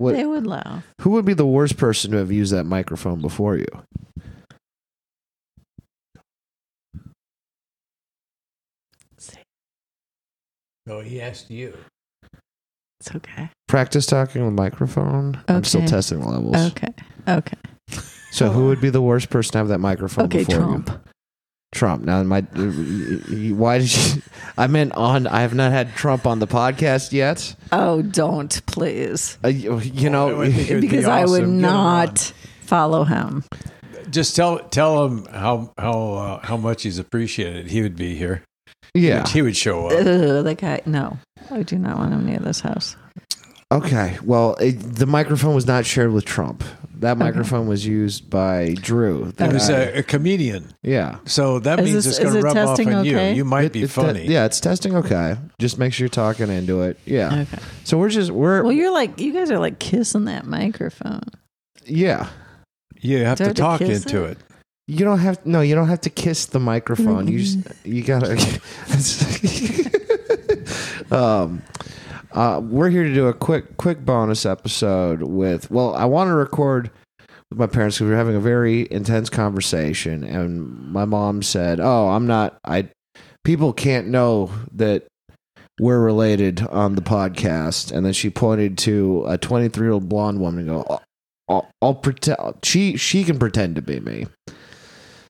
What? They would laugh. Who would be the worst person to have used that microphone before you? No, Oh, he asked you. It's okay. Practice talking on the microphone. I'm still Okay. testing the levels. Okay. Okay. So who would be the worst person to have that microphone Okay, before you? Trump. Trump. Now, my uh, why did you? I meant on. I have not had Trump on the podcast yet. Oh, don't please. Uh, you you know, I think it would be because I would awesome. Get him not follow him. on. Just tell tell him how how uh, how much he's appreciated. He would be here. yeah. He would show up. Ugh, the guy. No, I do not want him near this house. Okay. Well, it, the microphone was not shared with Trump. That microphone was used by Drew. the He was uh, guy. a, a comedian, yeah. so that Is means this- it's going is to it rub off testing on okay? you. You might It- be it- funny. yeah, it's testing okay. Just make sure you're talking into it. Yeah. Okay. So we're just we're Well, you're like you guys are like kissing that microphone. yeah. You have Do I to have to talk kiss into it? it. You don't have no. You don't have to kiss the microphone. You just, you gotta. um, uh, we're here to do a quick quick bonus episode with. Well, I want to record with my parents because we were having a very intense conversation, and my mom said, "Oh, I'm not. I people can't know that." We're related on the podcast, and then she pointed to a 23 year old blonde woman and go, "I'll- I'll, I'll pretend she she can pretend to be me."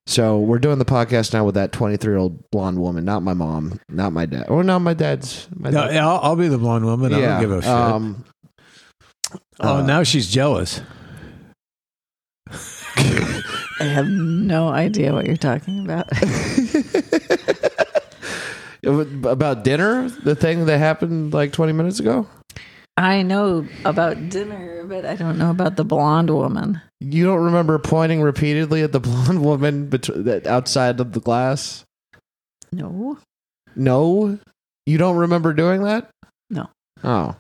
So we're doing the podcast now with that 23 year old blonde woman, not my mom, not my dad, or not my dad's. My No, dad- I'll, I'll be the blonde woman. I don't give a shit. um, oh, uh, now she's jealous. I have no idea what you're talking about. it was about dinner, the thing that happened like 20 minutes ago. I know about dinner, but I don't know about the blonde woman. You don't remember pointing repeatedly at the blonde woman betw- that outside of the glass? No. No, you don't remember doing that. No. Oh,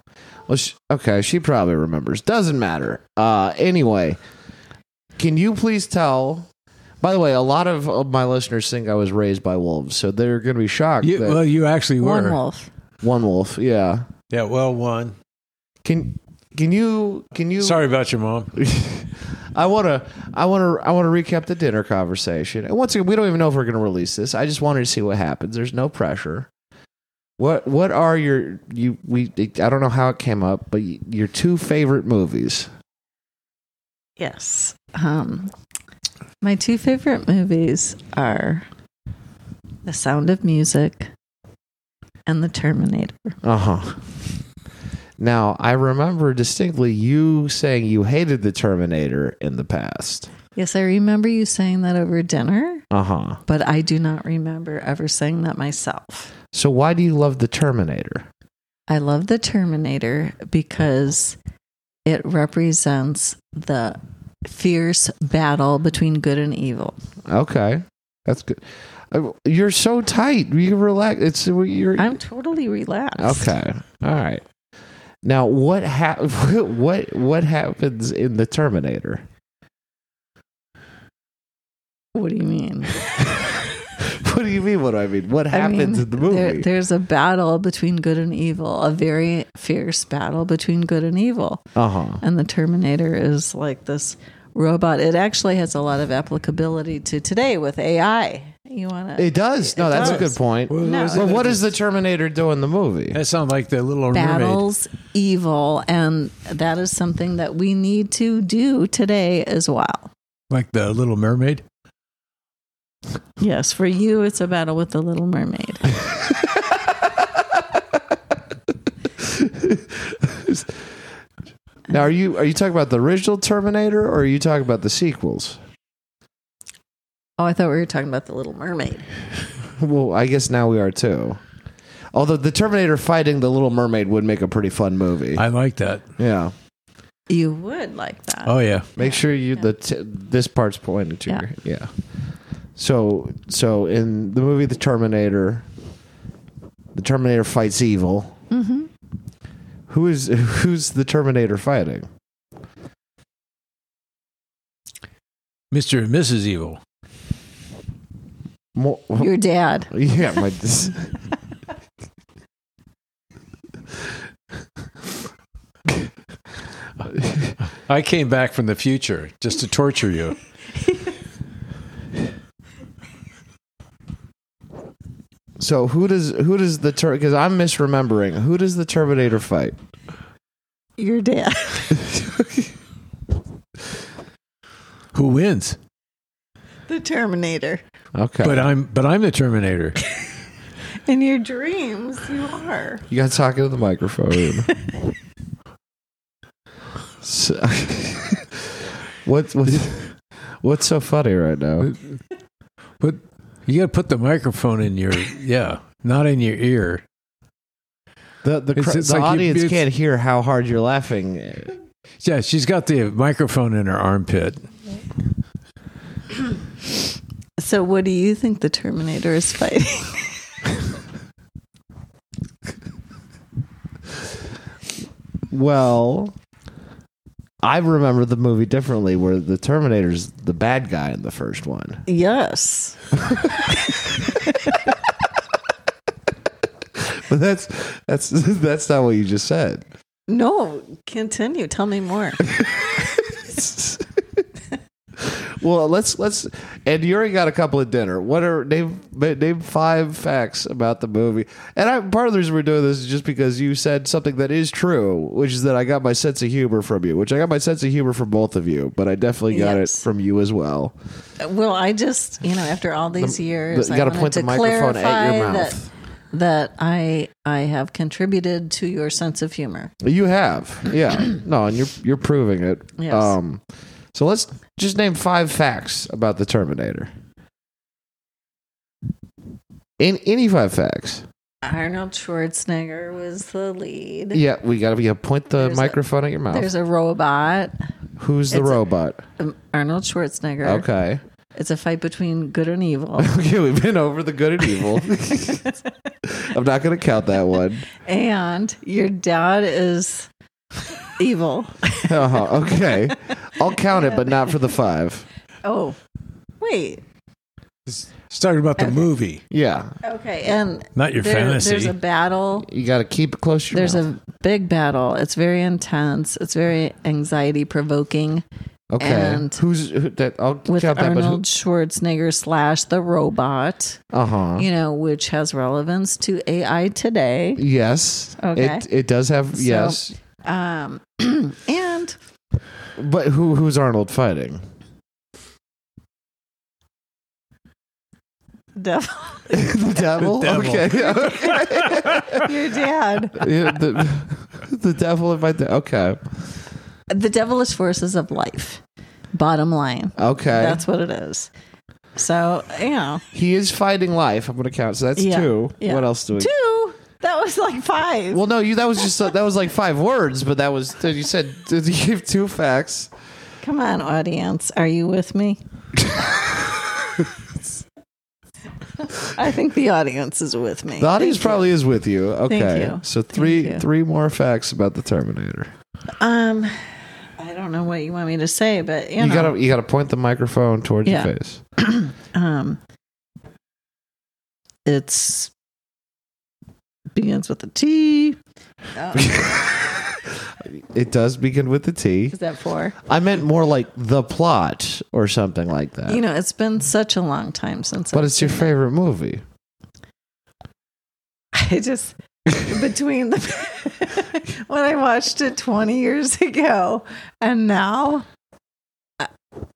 well, sh okay. She probably remembers. Doesn't matter. Uh, anyway, can you please tell? By the way, a lot of, of my listeners think I was raised by wolves, so they're going to be shocked. You, that uh, well, you actually were. One wolf. one wolf, yeah. Yeah, well, one. Can can you can you? Sorry about your mom. I want to I want to I want to recap the dinner conversation. And once again, we don't even know if we're going to release this. I just wanted to see what happens. There's no pressure. What what are your you we I don't know how it came up, but y- your two favorite movies? Yes. Um, my two favorite movies are The Sound of Music and The Terminator. Uh-huh. Now, I remember distinctly you saying you hated the Terminator in the past. Yes, I remember you saying that over dinner, Uh-huh. but I do not remember ever saying that myself. So why do you love the Terminator? I love the Terminator because it represents the fierce battle between good and evil. Okay. That's good. Uh, You're so tight. You relax. It's you're I'm totally relaxed. Okay. All right. Now, what hap- what what happens in the Terminator? What do you mean? What do you mean? What do I mean? What I mean, happens in the movie? there- there's a battle between good and evil, a very fierce battle between good and evil. uh huh. And the Terminator is like this robot. It actually has a lot of applicability to today with AI. You want to It does. No, It that's a does. good point. Well, No. was it- Uh, Well, what does the Terminator do in the movie? That sounds like the Little Mermaid. battles evil and that is something that we need to do today as well. Like the Little Mermaid. Yes, for you it's a battle with the little mermaid. Now, are you are you talking about the original Terminator or are you talking about the sequels? Oh, I thought we were talking about the little mermaid. Well, I guess now we are too. Although the Terminator fighting the Little Mermaid would make a pretty fun movie. I like that. yeah. You would like that. Oh yeah. Make Yeah. sure you Yeah. the t- this part's pointed to Yeah. your yeah. So so in the movie The Terminator, the Terminator fights evil. Mm-hmm. Who is who's the Terminator fighting? Mr. and Mrs. Evil. Mo- Your dad. yeah, my I came back from the future just to torture you. So who does who does the ter- because I'm misremembering who does the Terminator fight? Your dad. Who wins? The Terminator. Okay, But uh, I'm but I'm the Terminator. In your dreams, you are. you got to talk into the microphone. so, what what what's so funny right now? But you got to put the microphone in your yeah, not in your ear. The the, cr- It's- it's the like you- audience it's- can't hear how hard you're laughing. Yeah, she's got the microphone in her armpit. So, what do you think the Terminator is fighting? Well, I remember the movie differently, where the Terminator's the bad guy in the first one. yes. But that's that's that's not what you just said. No, continue. Tell me more. well, let's let's and Yuri got a couple at dinner. What are name name five facts about the movie? And I, part of the reason we're doing this is just because you said something that is true, which is that I got my sense of humor from you, which I got my sense of humor from both of you, but I definitely got Yes. it from you as well. Well, I just, you know, after all these years, you I gotta wanted point to the microphone at your clarify mouth. That, that I I have contributed to your sense of humor. You have, yeah, no, and you're you're proving it. Yes. Um, so let's just name five facts about the Terminator. In any five facts. Arnold Schwarzenegger was the lead. Yeah, we gotta you point the There's a- microphone at your mouth. There's a robot, Who's the it's a- robot? um, Arnold Schwarzenegger. okay. It's a fight between good and evil. Okay, we've been over the good and evil. I'm not gonna count that one. and your dad is evil. Uh-huh, okay, I'll count it, but not for the five. Oh, wait. It's talking about the movie, Yeah, Okay. And not your Uh, there- fantasy. there's a battle. you gotta keep it close to your There's mouth. a big battle. It's very intense. It's very anxiety provoking. okay, and- who's who, that? I'll with count that, Arnold Schwarzenegger slash the robot, but uh huh. you know, which has relevance to AI today. Yes. Okay. It it does have So- yes, Um, and but who who's Arnold fighting? devil, the devil. The devil. Okay. your dad, Yeah, the, the devil in my de- okay. the devilish forces of life. Bottom line, Okay. that's what it is. So you know, he is fighting life. I'm gonna count. So that's Yeah, two. yeah. What else do we? two. That was like five. Well, no, you. That was just that was like five words, but that was you said you gave two facts. Come on, audience, are you with me? I think the audience is with me. The audience probably is with you. Okay, you. so three you. three more facts about the Terminator. Um, I don't know what you want me to say, but you, You, know, gotta you gotta point the microphone towards Yeah. your face. um, it's begins with a T. Oh, It does begin with the T. is that four? I meant more like the plot or something like that. You know, it's been such a long time since. Uh, but I've it's your seen it. favorite movie. I just between the when I watched it twenty years ago and now,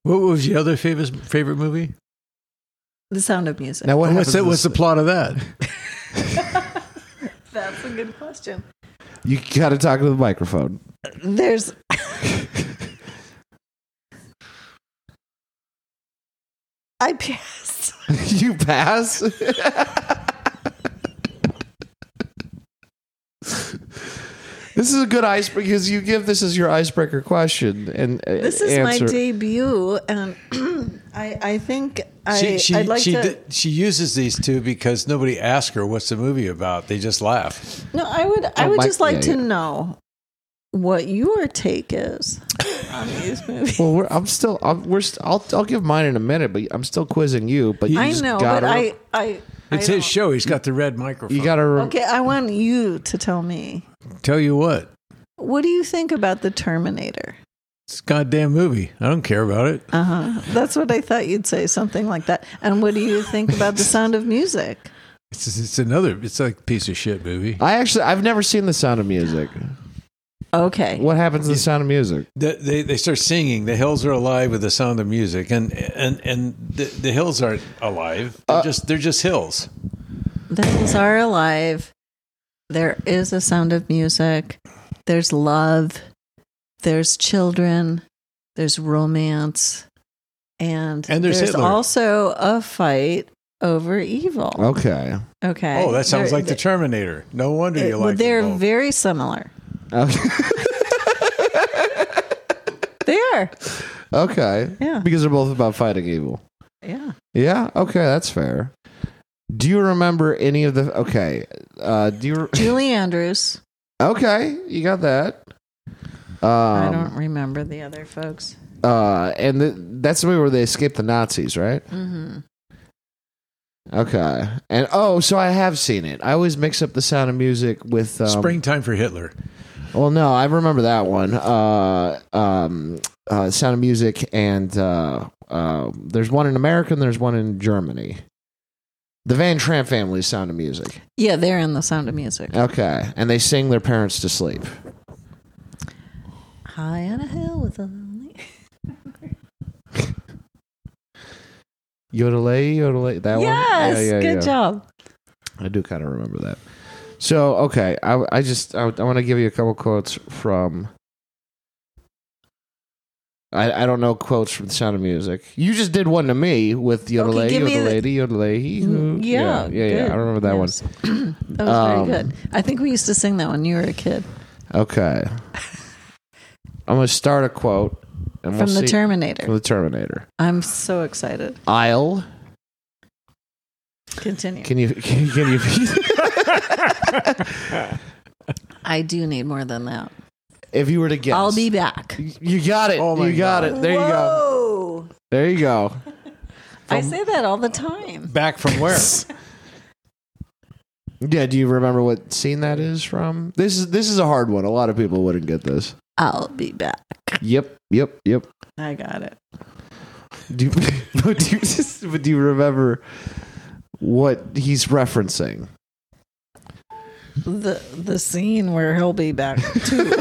what was your other favorite favorite movie? The Sound of Music. Now what happens? what's the, what's the plot of that? That's a good question. you got to talk to the microphone. There's I passed. you pass. this is a good icebreaker because you give this as your icebreaker question and uh, This is answer. my debut, and I, I think I, I'd like she, to. did- she uses these two because nobody asked her what's the movie about. They just laugh. no, I would. I Oh, would my- just like yeah, to yeah. know what your take is on these movies. Well, we're, I'm still. I'm, we're. St- I'll. I'll give mine in a minute, but I'm still quizzing you. But you I just know, but gotta, I, I, I It's his don't- show. He's got the red microphone. You got to. Okay, I want you to tell me. Tell you what. What do you think about the Terminator? It's a goddamn movie. I don't care about it. Uh huh. That's what I thought you'd say, something like that. And what do you think about the Sound of Music? It's it's another. It's like a piece of shit movie. I actually I've never seen The Sound of Music. Okay. What happens in The Sound of Music? They, they they start singing. The hills are alive with the sound of music, and and and the, the hills aren't alive. They're just they're just hills. The hills are alive. There is a sound of music. There's love. There's children. There's romance. And, And there's Hitler. also a fight over evil. Okay. Okay. Oh, that sounds They're- like the Terminator. No wonder you they- like. They're them both. very similar. Okay. They are. okay. Yeah. Because they're both about fighting evil. Yeah. Yeah. Okay, that's fair. Do you remember any of the? Okay. Uh, do you? Julie Andrews. Okay, you got that. Um, I don't remember the other folks. Uh, and th- that's the movie where they escape the Nazis, right? hmm Okay. And oh, so I have seen it. I always mix up the sound of music with um, springtime for Hitler. Well, no, I remember that one. Uh, um, uh, Sound of Music, and uh, uh, there's one in America and there's one in Germany. The Van Tramp family's Sound of Music. Yeah, they're in the Sound of Music. Okay, and they sing their parents to sleep. High on a hill with a lonely. Yodelay, yodelay, that one. Yes, good job. I do kind of remember that. So okay, I, I just I, want to give you a couple quotes from. I, I don't know quotes from the Sound of Music. You just did one to me with yodelay, give me the- yodelay, yodelay. hoo. Mm, yeah, Yeah, yeah, yeah. I remember that one. one. that was Um, very good. I think we used to sing that when you were a kid Okay, I'm gonna start a quote and we'll from see- the Terminator. from the Terminator. I'm so excited. I'll Continue. can you can, can you I do need more than that. if you were to guess I'll be back. you got it Oh my you got God. it there you go Whoa. there you go I say that all the time. Back from where? Yeah, do you remember what scene that is from? This is this is a hard one. A lot of people wouldn't get this. I'll be back. Yep, yep, yep. I got it. Do you, but do you, but do you remember what he's referencing? The the scene where he'll be back too.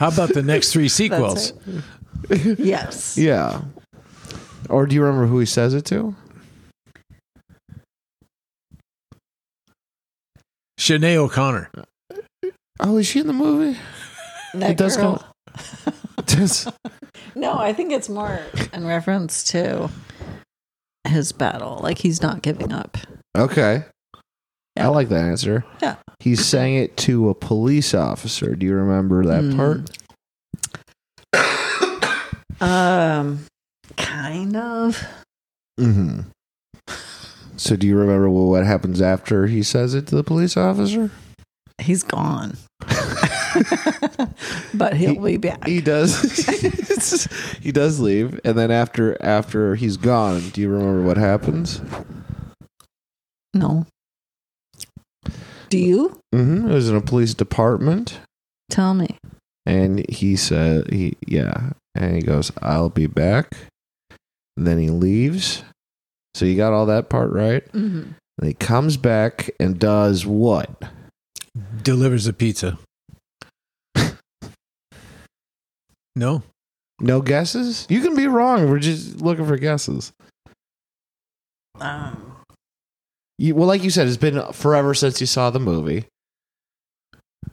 How about the next three That's sequels? it. yes. Yeah. Or do you remember who he says it to? Shanae O'Connor. Oh, is she in the movie? That it does girl. come. Does- No, I think it's more in reference to his battle. Like he's not giving up. okay. Yeah. I like that answer. Yeah. He sang it to a police officer. Do you remember that Hmm. part? Um, kind of. Mm-hmm. So, do you remember well, what happens after he says it to the police officer? He's gone, but he'll be back. He does. he does leave, and then after after he's gone, do you remember what happens? no. Do you Mm-hmm. It was in a police department, tell me? and he said, "He yeah," and he goes, "I'll be back." And then he leaves. So you got all that part right. Mm-hmm. And he comes back and does what? Delivers a pizza. No. No guesses. You can be wrong. We're just looking for guesses. Um, You, well, like you said, it's been forever since you saw the movie.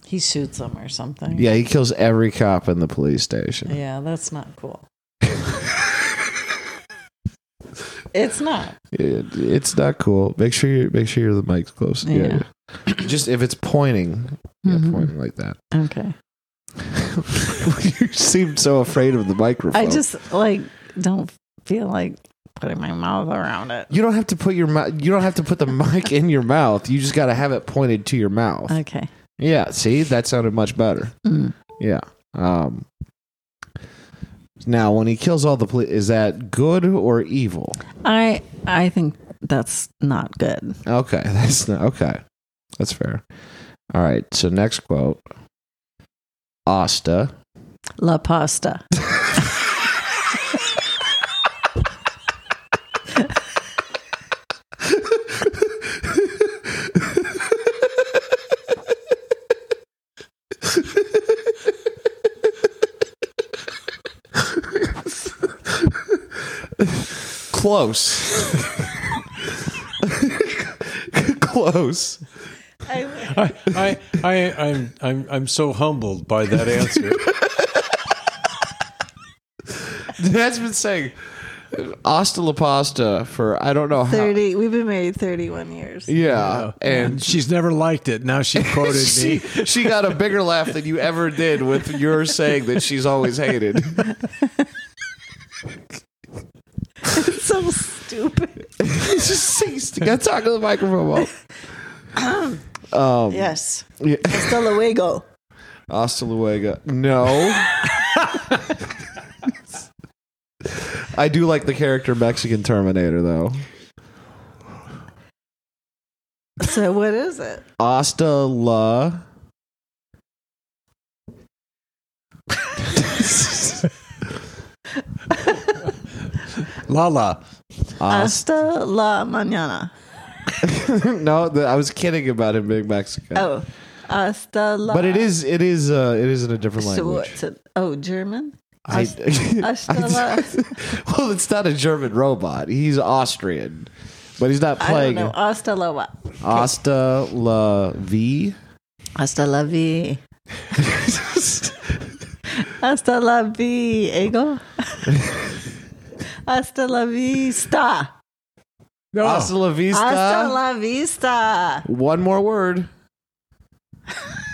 he shoots him or something. Yeah, he kills every cop in the police station. Yeah, that's not cool. it's not. It, it's not cool. Make sure you make sure your the mic's close. Yeah. Yeah. yeah. Just if it's pointing, yeah, Mhm. pointing like that. Okay. you seem so afraid of the microphone. I just like don't feel like putting my mouth around it. you don't have to put your mouth. You don't have to put the mic in your mouth. You just got to have it pointed to your mouth. Okay. yeah. See, that sounded much better. Mm. Yeah. Um. Now, when he kills all the police, is that good or evil? I I think that's not good. Okay, that's not okay. That's fair. All right. So next quote. Asta. La pasta. Close. Close. I, I, I, I'm, I'm, I'm so humbled by that answer. That's been saying Asta La Pasta for I don't know how. 30. We've been married 31 years. Yeah. And and she's never liked it. Now she quoted she, me. she got a bigger laugh than you ever did with your saying that she's always hated. It's so stupid. Just cease to get talking to the microphone. Um, Yes. yeah. Hasta luego. Hasta luego. No. I do like the character Mexican Terminator though. So what is it? Hasta la. Lala. Hasta. Hasta la mañana. no, the, I was kidding about him being Mexican. Oh, hasta la. But it is it is uh it is in a different So language. what's it? Oh, German. I- Hasta I- la- well, it's not a German robot. He's Austrian, but he's not playing I don't know. Hasta la what? Asta La V. Hasta la vi. Hasta la vi, ego. Hasta la vista. No. Asta La Hasta Vista. la vista. One more word.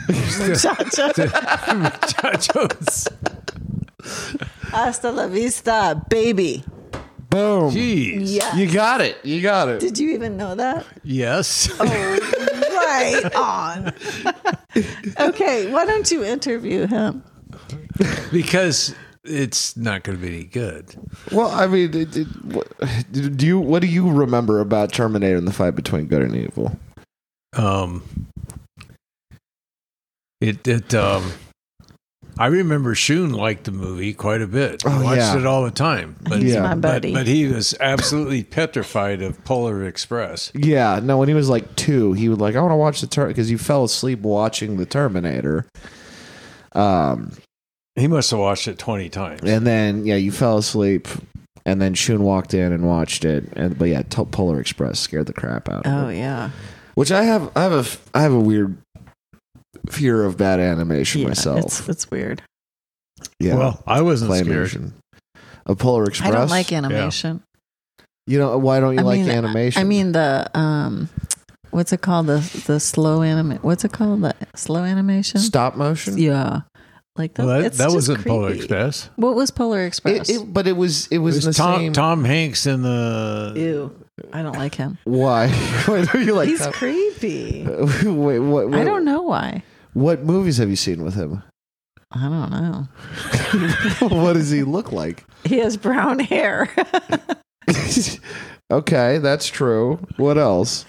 Muchacho. Muchachos. Hasta la vista, baby. Boom. Jeez. Yeah. You got it. You got it. Did you even know that? Yes. Oh. right on. okay, why don't you interview him? because it's not going to be any good. Well, I mean, it, it, what, do you what do you remember about Terminator and the fight between good and evil? Um, it it um, I remember Shun liked the movie quite a bit. Oh, I watched yeah. it all the time. But He's Yeah. my But- but, buddy. but he was absolutely petrified of Polar Express. Yeah, no. When he was like two, he would like I want to watch the Terminator because he fell asleep watching the Terminator. Um, He must have watched it twenty times. And then yeah, you fell asleep, and then Shun walked in and watched it. And but yeah, T- Polar Express scared the crap out of oh me. yeah. Which I have, I have a, f- I have a weird fear of bad animation yeah myself. It's, it's weird. Yeah, Well, I wasn't scared. claymation. A Polar Express. I don't like animation. You know why don't you I like mean, animation? I mean the um what's it called? The the slow anime what's it called? The slow animation? stop motion. Yeah. Like that, Well, that, it's that just wasn't Polar creepy. Express. What was Polar Express? It, it, but it was it was, It the was Tom same. Tom Hanks in the Ew. I don't like him. Why? why do you like? He's Tom- creepy. Wait, what, what? I don't know why. What movies have you seen with him? I don't know. what does he look like? He has brown hair. okay, that's true. What else?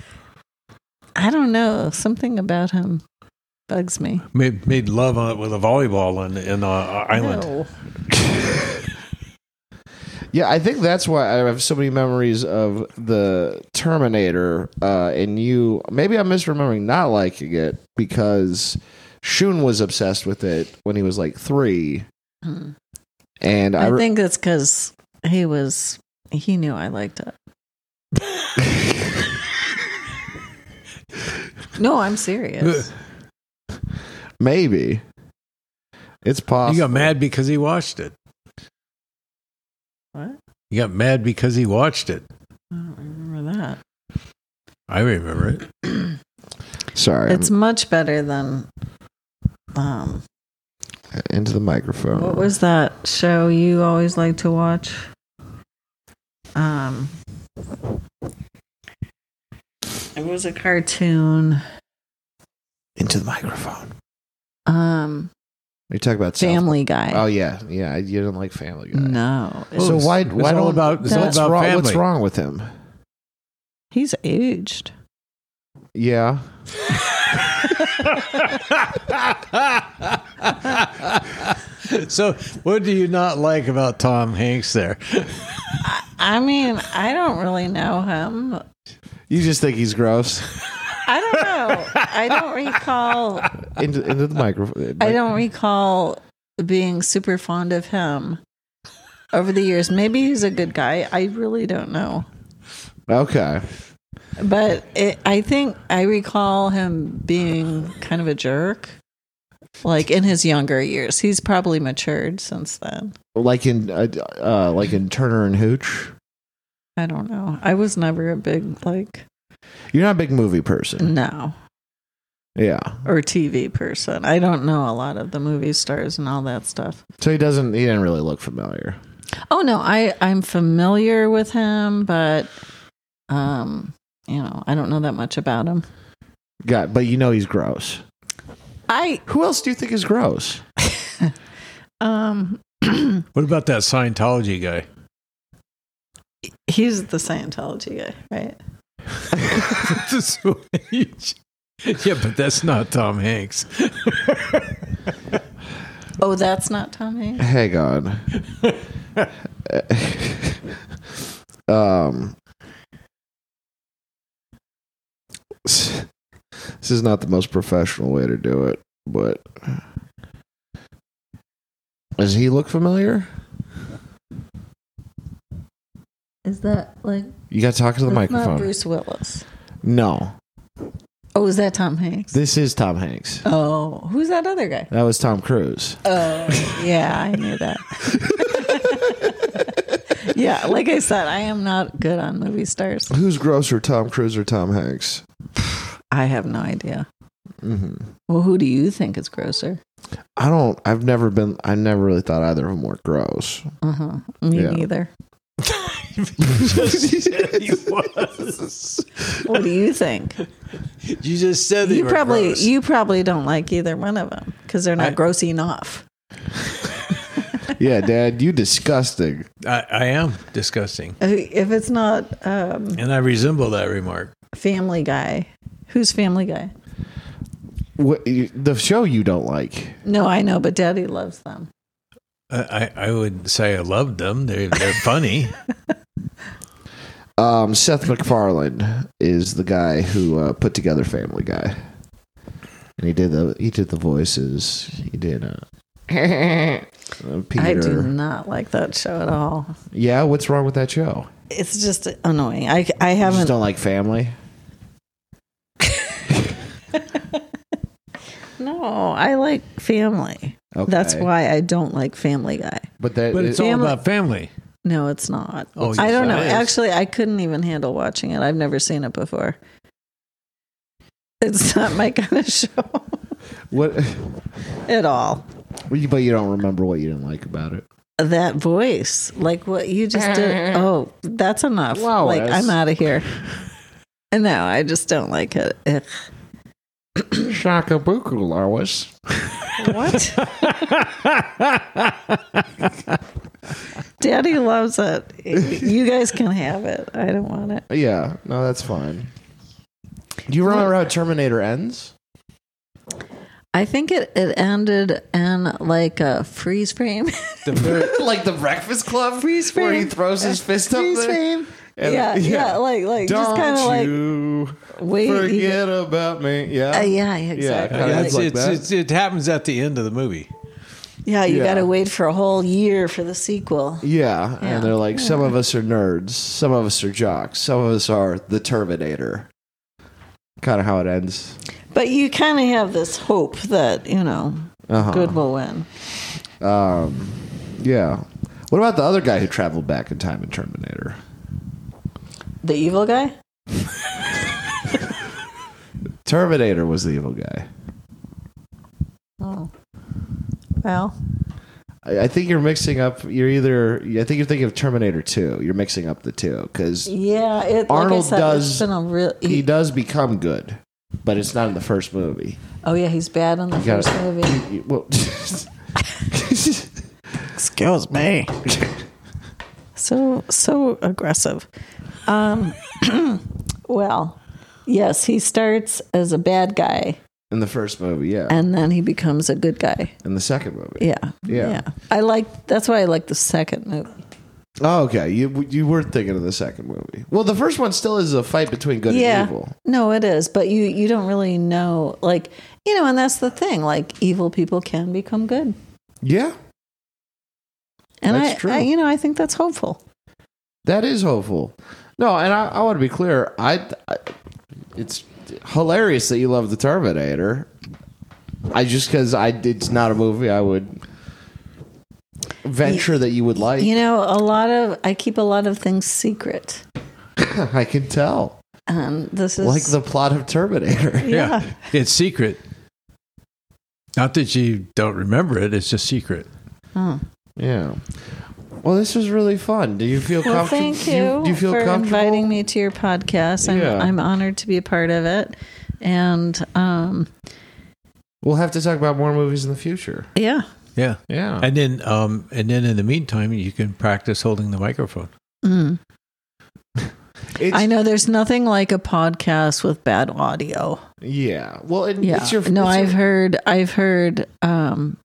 I don't know. Something about him bugs me. made, made love on, with a volleyball in in uh, Island. No. Yeah, I think that's why I have so many memories of the Terminator uh, and you. Maybe I'm misremembering not liking it because Shun was obsessed with it when he was like three. Hmm. And I, I re- think that's because he was he knew I liked it. no, I'm serious. maybe it's You possible. got mad because he watched it. what? You got mad because he watched it. I don't remember that. I remember it. Sorry, It's much better than um I'm into the microphone. what was that show you always like to watch? Um it was a cartoon. into the microphone? Um You talk about South- Family Guy. Oh yeah, yeah. You didn't like Family Guy. No. Well, So it's- why it's why all don't about- it's all what's about wrong, family. What's wrong with him? He's aged. Yeah. So, what do you not like about Tom Hanks there? I mean, I don't really know him. You just think he's gross. I don't know. I don't recall. Into, into the microphone. I don't recall being super fond of him over the years. Maybe he's a good guy. I really don't know. Okay. But it, I think I recall him being kind of a jerk, like in his younger years. He's probably matured since then. Like in uh, uh, like in Turner and Hooch. I don't know. I was never a big, like, You're not a big movie person. no, Mm-hmm. Yeah. or TV person. I don't know a lot of the movie stars and all that stuff. So he doesn't. He didn't really look familiar. Oh, no, I, I'm familiar with him, but, um, you know, I don't know that much about him. Got. But you know he's gross. I, Who else do you think is gross? um, What about that Scientology guy? he's the Scientology guy, right? yeah, but that's not Tom Hanks. Oh, that's not Tommy. Hang on. um, this is not the most professional way to do it, but does he look familiar? Is that like You got to talk to the that's microphone. Not Bruce Willis. no, Oh, is that Tom Hanks? this is Tom Hanks. Oh, who's that other guy? That was Tom Cruise. Oh, yeah, I knew that. yeah, like I said, I am not good on movie stars. Who's grosser, Tom Cruise or Tom Hanks? I have no idea. hmm Well, who do you think is grosser? I don't. I've never been. I never really thought either of them were gross. Uh-huh. Me Yeah. neither. Just said he was. What do you think? You just said that you probably gross. you probably don't like either one of them because they're not I- gross enough. Yeah, Dad, you disgusting. I, I am disgusting, Uh, If it's not um, and I resemble that remark. Family Guy, who's Family Guy? What, you- the show you don't like. No, I know, but Daddy loves them. I, I, I would say I loved them. They're they're funny. Um, Seth MacFarlane is the guy who uh, put together Family Guy, and he did the he did the voices. He did uh, uh, Peter. I do not like that show at all. Yeah, what's wrong with that show? It's just annoying. I I I just haven't. don't like family. No, I like Family. That's Okay. why I don't like Family Guy. But that But it's it- all Family- about family. No, it's not. Oh, yes, I don't know. it is. Actually, I couldn't even handle watching it. I've never seen it before. It's not my kind of show what. at all. But you don't remember what you didn't like about it. That voice, like what you just did. Oh, that's enough. Wow, like that's- I'm out of here. No, I just don't like it. Ugh. Shaka Buku Larwas. What? Daddy loves it. You guys can have it. I don't want it. Yeah, no, that's fine. Do you remember how Terminator ends? I think it, it ended in like a freeze frame. The very- like the Breakfast Club, Freeze where he frame. throws his fist up. freeze there? frame. Yeah, yeah, like like just kind of like you wait. you- about me. Yeah. Uh, yeah, exactly. kinda Yeah, like it's, that. it's, it's, it happens at the end of the movie. yeah, you yeah. got to wait for a whole year for the sequel. yeah. Yeah. And they're like, some of us are nerds, some of us are jocks, some of us are the Terminator. Kind of how it ends. But you kind of have this hope that you know Uh-huh. good will win. Um, yeah. What about the other guy who traveled back in time in Terminator? The evil guy. Terminator was the evil guy. Oh, well, I, I think you're mixing up. You're either. I think you're thinking of Terminator Two. You're mixing up the two because yeah. It, Arnold like I said, does- It's been a real. e-, he does become good, but it's not in the first movie. oh yeah, he's bad in the You gotta- first movie. you- you- well, Excuse me. so so aggressive. Um, well, yes, he starts as a bad guy in the first movie, yeah. and then he becomes a good guy. in the second movie. Yeah. Yeah. I like that's why I like the second movie. Oh, okay. You you were thinking of the second movie. Well, the first one still is a fight between good yeah. and evil. No, it is, but you you don't really know like, you know, and that's the thing, like evil people can become good. Yeah. And That's I, true. I you know, I think that's hopeful. That is hopeful. No, and I, I want to be clear. I, I it's hilarious that you love the Terminator. I just because I it's not a movie I would venture that you would like. You know, a lot of I keep a lot of things secret. I can tell, And this is like the plot of Terminator. yeah. It's secret. Not that you don't remember it, it's just secret. Huh. Yeah. Well, this was really fun. Do you feel Well, comfortable? thank do you, Do you feel for comfortable? inviting me to your podcast. I'm, Yeah. I'm honored to be a part of it. And um, We'll have to talk about more movies in the future. yeah, Yeah. Yeah. And then um and then in the meantime you can practice holding the microphone. Mm. It's- I know there's nothing like a podcast with bad audio. Yeah. Well, it, Yeah, it's your no, it's your- I've heard I've heard um,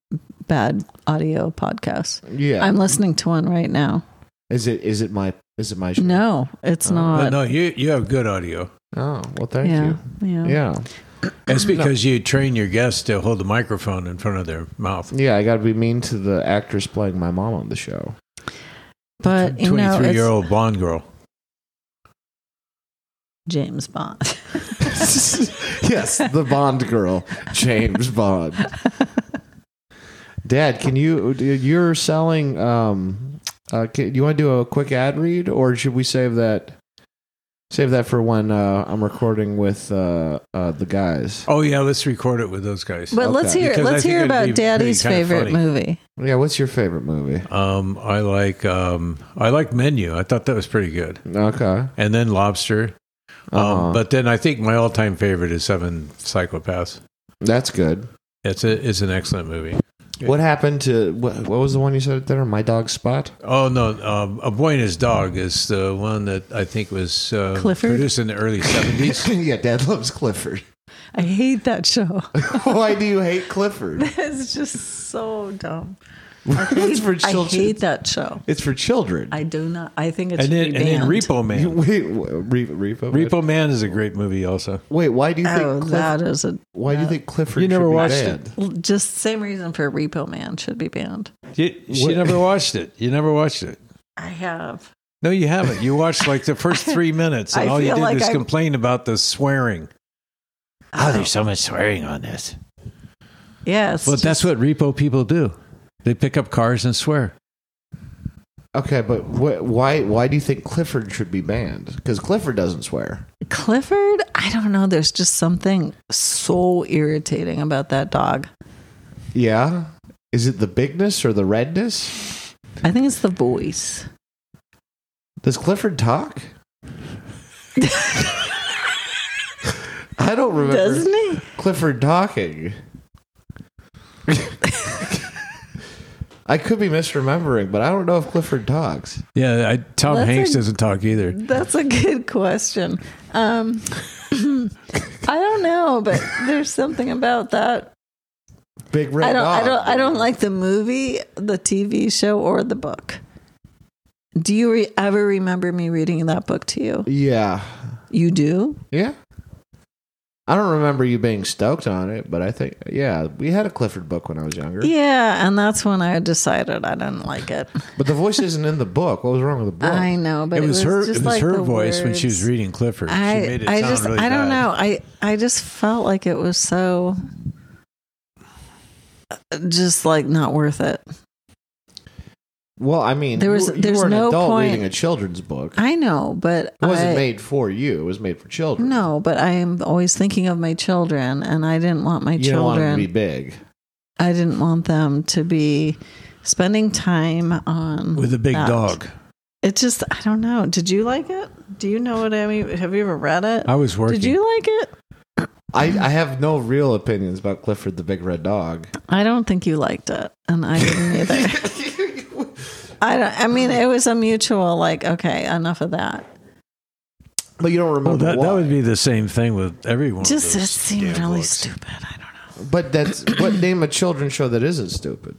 bad audio podcasts. yeah. I'm listening to one right now. is it is it my is it my show? No, it's Oh. No, not. Uh, no, you you have good audio. Oh well, thank yeah, you. yeah, Yeah. It's because you train your guests to hold the microphone in front of their mouth. Yeah, I got to be mean to the actress playing my mom on the show. But you know, Twenty-three year it's old blonde girl. James Bond. yes, the Bond girl, James Bond. Dad, can you you're selling um uh can, you want to do a quick ad read or should we save that save that for when uh I'm recording with uh uh the guys? Oh yeah, let's record it with those guys. But let's Okay. hear Because I let's think hear it'd about be Daddy's pretty kinda favorite funny. movie. Yeah, what's your favorite movie? Um, I like um, I like menu. I thought that was pretty good. Okay. And then lobster. Um, Uh-huh. But then I think my all time favorite is Seven Psychopaths. That's good. It's a, it's an excellent movie. Yeah. What happened to what, what was the one you said at dinner? My dog Spot. Oh no, um, a boy and his dog is the one that I think was uh, Clifford? produced in the early seventies. yeah, Dad loves Clifford. I hate that show. Why do you hate Clifford? it's just so dumb. it's for I children. hate that show. it's for children. I do not. I think it's and then and then Repo You- Man. Wait, wha- Re- Repo. Man? Repo Man is a great movie. Also, Wait, why do you think? Oh, Cliff- that is a why do you think Clifford? You never should be watched banned? just same reason for Repo Man should be banned. you, she What- never watched it. You never watched it. I have. No, you haven't. You watched like the first three minutes, and I all you feel did like was I'm- complain about the swearing. Oh, there's so much swearing on this. Yes. Well, that's what repo people do. They pick up cars and swear. Okay, but wh- why? Why do you think Clifford should be banned? Because Clifford doesn't swear. Clifford. I don't know. There's just something so irritating about that dog. Yeah. Is it the bigness or the redness? I think it's the voice. Does Clifford talk? I don't remember. Doesn't he? Clifford talking. I could be misremembering, but I don't know if Clifford talks. Yeah, I, Tom That's Hanks a- doesn't talk either. That's a good question. Um, I don't know, but there's something about that. Big red I don't. dog. I don't. I don't like the movie, the TV show, or the book. Do you re- ever remember me reading that book to you? Yeah, You do. yeah. I don't remember you being stoked on it, but I think yeah, we had a Clifford book when I was younger. Yeah, and that's when I decided I didn't like it. But the voice isn't in the book. What was wrong with the book? I know, but it, was her. It Just was like her the voice when she was words. reading Clifford. I, she made it I sound just, really I don't bad. know. I, I just felt like it was so, just like not worth it. well, I mean, There was- you, you there's were an no adult point- reading a children's book. I know, but it wasn't I, made for you. It was made for children. no, but I am always thinking of my children, and I didn't want my you don't want children. them to be big. I didn't want them to be spending time on with a big that. dog. It just, I don't know. Did you like it? Do you know what I mean? Have you ever read it? I was working. Did you like it? I, I have no real opinions about Clifford the Big Red Dog. I don't think you liked it, and I didn't either. I don't, I mean, it was a mutual like, okay, enough of that. But you don't remember that, why. that would be the same thing with everyone. Just it seemed really stupid. I don't know. But that's what name a children's show that isn't stupid.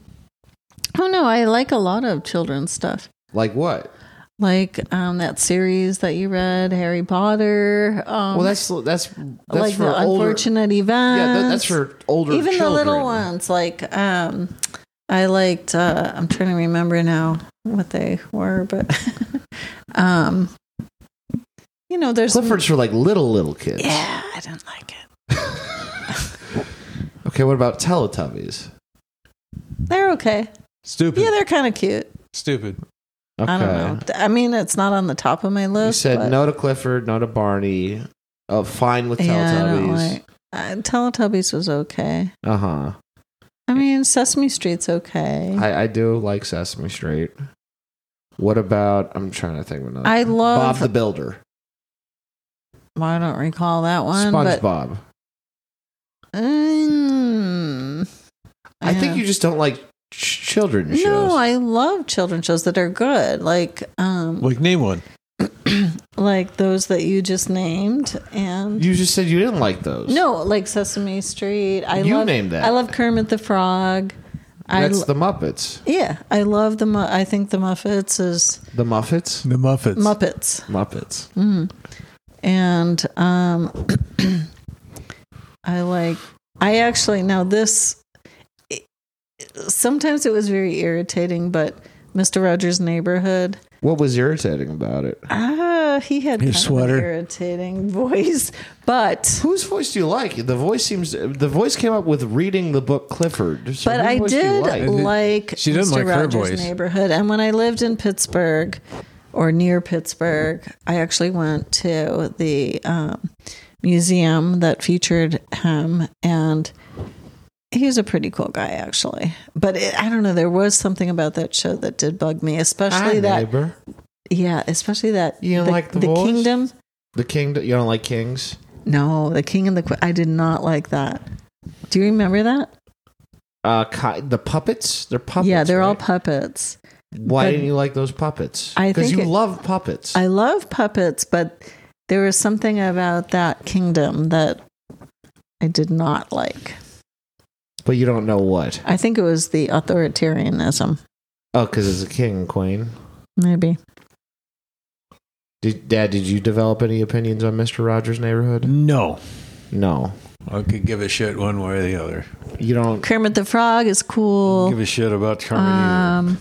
Oh no, I like a lot of children's stuff. Like what? Like um, that series that you read, Harry Potter. Um, Well, that's that's that's like for the older. unfortunate events. Yeah, that, that's for older. even the little children. ones. Like um, I liked. Uh, I'm trying to remember now what they were, but um, you know, there's Clifford's for like little little kids. Yeah, I didn't like it. Okay, what about Teletubbies? They're okay. Stupid. Yeah, they're kind of cute. Stupid. Okay. I don't know. I mean, it's not on the top of my list. You said but- no to Clifford, no to Barney. Oh, fine with Yeah, I don't Teletubbies. like. Uh, Teletubbies was okay. uh huh. I mean, Sesame Street's okay. I, I, I do like Sesame Street. What about? I'm trying to think of another. I uh, Bob love. the Builder, well, I don't recall that one. But, SpongeBob. Mm, I think yeah. you just don't like ch- children shows. No, I love children's shows that are good, like um, Like name one. like those that you just named, and you just said you didn't like those. no, like Sesame Street. I You love, named that. I love Kermit the Frog. I that's the lo- Muppets. yeah, I love the. Mu- I think the Muppets is The Muppets. The Muffets. Muppets. Muppets. Mm. and um, I like. I actually now this. Sometimes it was very irritating, but Mister Rogers' Neighborhood. What was irritating about it? Ah, he had kind Your of an sweater. irritating voice, but Whose voice do you like? The voice seems. The voice came up with reading the book Clifford. So but whose I voice do you did like? like She didn't Mr. like her Rogers' voice. Neighborhood, and when I lived in Pittsburgh or near Pittsburgh, I actually went to the um, museum that featured him, and he was a pretty cool guy actually. But it, I don't know, there was something about that show that did bug me, especially Hi, that neighbor. yeah, especially that You don't like the the voice? kingdom. The king. You don't like kings. No, the King and the Queen. I did not like that. Do you remember that? Uh, ki- the puppets. They're puppets. yeah, they're all right? puppets. Why but- didn't you like those puppets? I Because think you it- love puppets. I love puppets, but there was something about that kingdom that I did not like. but you don't know what. I think it was the authoritarianism, Oh, because it's a king and queen. maybe. Did, Dad, did you develop any opinions on Mister Rogers' Neighborhood? No. No, I could give a shit one way or the other. you don't. Kermit the Frog is cool. Give a shit about Carmen either. Um,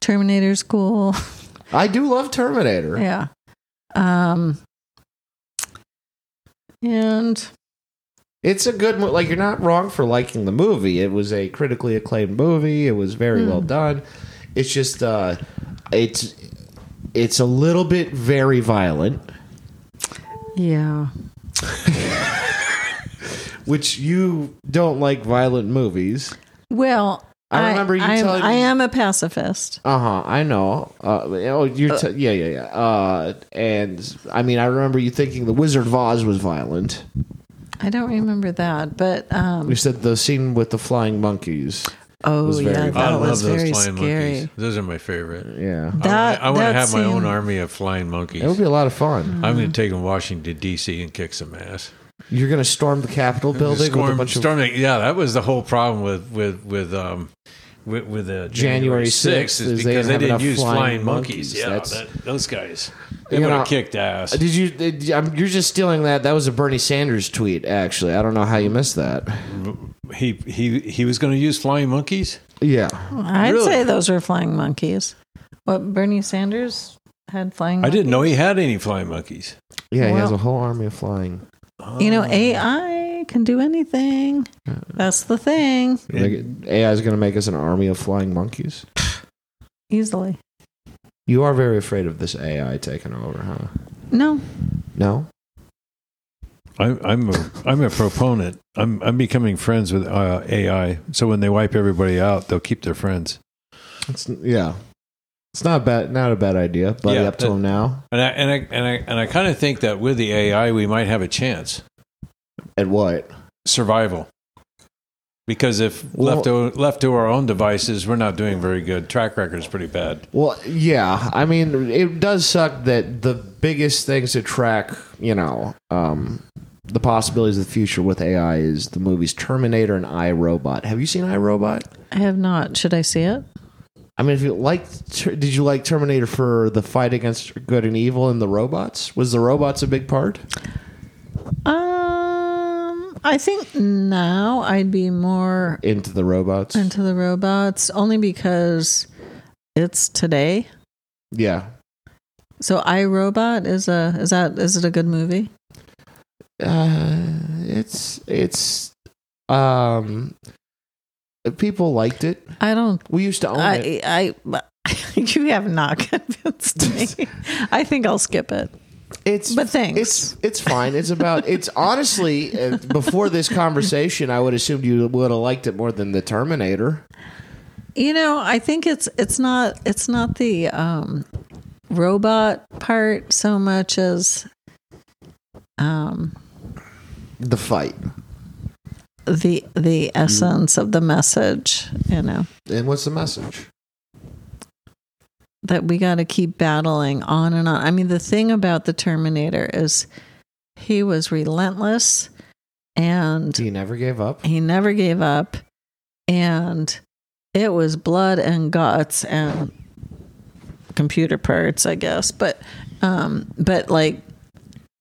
Terminator's cool. I do love Terminator. yeah. Um, and It's a good mo- like you're not wrong for liking the movie. It was a critically acclaimed movie. It was very well done. It's just uh it's it's a little bit very violent, yeah. which you don't like violent movies. Well, I remember you I'm- telling I me- am a pacifist. Uh huh. I know. Uh, oh, you're t- yeah, yeah, yeah. Uh, and I mean, I remember you thinking the Wizard of Oz was violent. I don't remember that, but You um, said the scene with the flying monkeys. oh was very yeah, violent. that I love was those very flying scary. monkeys. Those are my favorite. Yeah, That I want to that have my own scene- army of flying monkeys. it would be a lot of fun. I'm going to take them to Washington D.C. and kick some ass. You're gonna storm the Capitol building with a Storm- bunch of storming- yeah, that was the whole problem with with with um with, with uh, January January 6th sixth is is they didn't because they have didn't enough use flying flying, monkeys. monkeys. Yeah, That's- that, those guys they You would know, have kicked ass. Uh, Did you? Did, I'm, you're just stealing that. That was a Bernie Sanders tweet, actually. I don't know how you missed that. He he he was going to use flying monkeys. Yeah. I'd Really? say those were flying monkeys. What Bernie Sanders had flying. I didn't know monkeys? he had any flying monkeys. Yeah, he has Well- a whole army of flying. You Oh. know, AI can do anything. That's the thing. Like, AI is going to make us an army of flying monkeys. Easily. You are very afraid of this AI taking over, huh? No. No? I'm I'm a, I'm a proponent. I'm I'm becoming friends with uh, AI. So when they wipe everybody out, they'll keep their friends. It's, yeah. It's not a bad, not a bad idea, buddy, Yeah, up to that- him now. And I and I and I and I kind of think that with the AI, we might have a chance. At what? Survival. Because if Well- left to, left to our own devices, we're not doing very good. Track record is pretty bad. Well, yeah. I mean, it does suck that the biggest things to track, you know, um, the possibilities of the future with AI is the movies Terminator and iRobot. Have you seen iRobot? I have not. Should I see it? I mean, if you liked, Ter- did you like Terminator for the fight against good and evil and the robots? Was the robots a big part? Um, I think now I'd be more Into the robots? into the robots only because it's today. yeah. So I Robot is a is that is it a good movie? Uh, it's it's um people liked it. I don't We used to own it. I I but- you have not convinced me. I think I'll skip it. It's But thanks. It's it's fine. It's about it's honestly uh, before this conversation, I would assumed you would have liked it more than the Terminator. You know, I think it's it's not it's not the um robot part so much as um The fight the the essence of the message, you know, and what's the message? that we got to keep battling on and on. I mean, the thing about the Terminator is he was relentless and He never gave up. he never gave up and it was blood and guts and computer parts i guess but um but like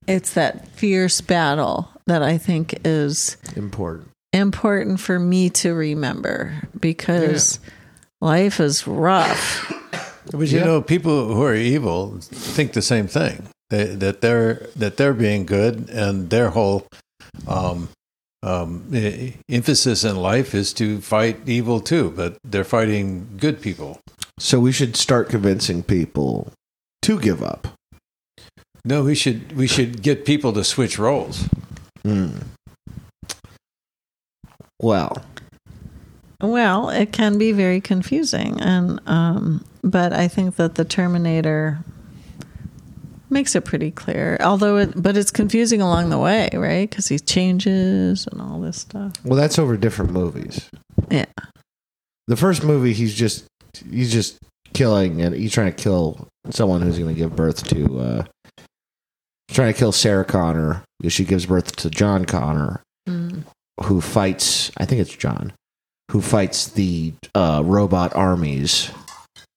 it's that fierce battle that i think is Important. important for me to remember because life is rough But you Yeah. know, people who are evil think the same thing they, that they're that they're being good, and their whole um, um, e- emphasis in life is to fight evil too. But they're fighting good people. So we should start convincing people to give up. No, we should we should get people to switch roles. Hmm. Well, well it can be very confusing and um but i think that the terminator makes it pretty clear although it but it's confusing along the way right because he changes and all this stuff well, that's over different movies. yeah The first movie, he's just he's just killing and he's trying to kill someone who's going to give birth to. uh Trying to kill Sarah Connor because she gives birth to John Connor, who fights i think it's john who fights the uh, robot armies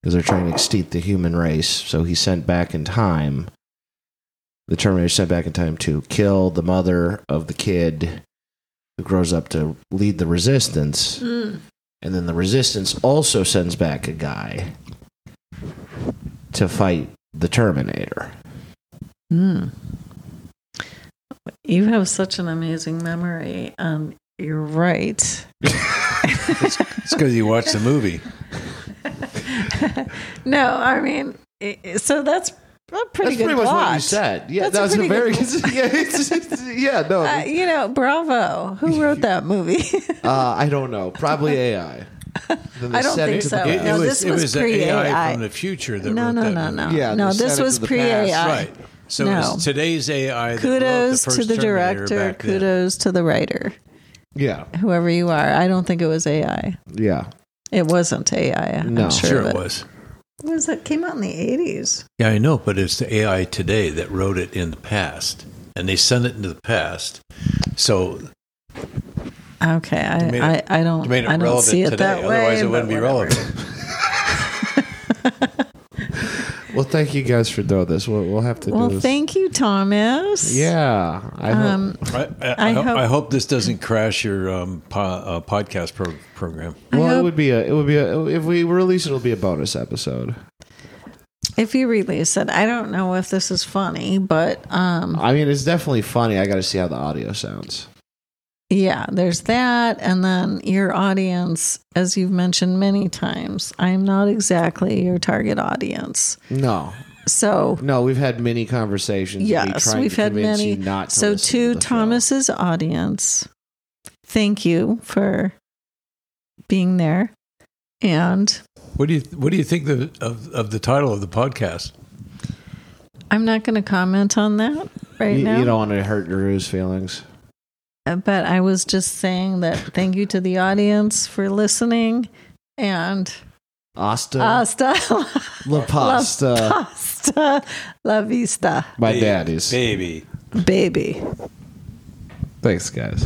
because they're trying to extinct the human race so he's sent back in time the terminator sent back in time to kill the mother of the kid who grows up to lead the resistance Mm. and then the resistance also sends back a guy to fight the terminator Mm. you have such an amazing memory um you're right It's because you watch the movie. no i mean i- i- so that's a pretty that's good pretty much what you plot. said yeah That's a that was a very pretty yeah, it's, it's, yeah no Uh, you know, bravo. Who wrote that movie? Uh, I don't know. Probably AI. Then they I don't sent think to so. the It- Oh, No, past. this was the pre-AI. from the future that no, wrote no, that no, movie. no, Yeah, no. they This sent it was to the pre past. AI. right. So No. it's today's AI. That Kudos wrote the to first the Terminator director. back then. Kudos to the writer, Yeah, whoever you are. I don't think it was AI. yeah. It wasn't AI. I'm No. sure, Sure, of it it. was. It was that came out in the eighties. Yeah, I know, but it's the AI today that wrote it in the past, and they sent it into the past. So Okay, I, made it- I, I don't it made it I don't relevant see it today. that way. Otherwise, it but wouldn't be whatever. relevant. Well, thank you guys for doing this. We'll, we'll have to do Well, this. thank you, Thomas. yeah, I Um, hope. I, I, I I, hope, hope- I hope this doesn't crash your um, po- uh, podcast pro- program. I Well, it hope- would be a. It would be a. If we release it, it'll be a bonus episode. if you release it, I don't know if this is funny, but um, Uh, I mean, it's definitely funny. I got to see how the audio sounds. Yeah, there's that. And then your audience, as you've mentioned many times, I'm not exactly your target audience. No, So, no. We've had many conversations. of me yes, trying we've to had convince many. You not to so, listen to the show. Thomas's audience, thank you for being there. And What do you What do you think the, of of the title of the podcast? I'm not going to comment on that You, right now. you don't want to hurt Guru's feelings. Uh, But I was just saying that thank you to the audience for listening and Asta hasta La Pasta, La, pasta, la vista, my daddies. Baby. baby. Thanks, guys.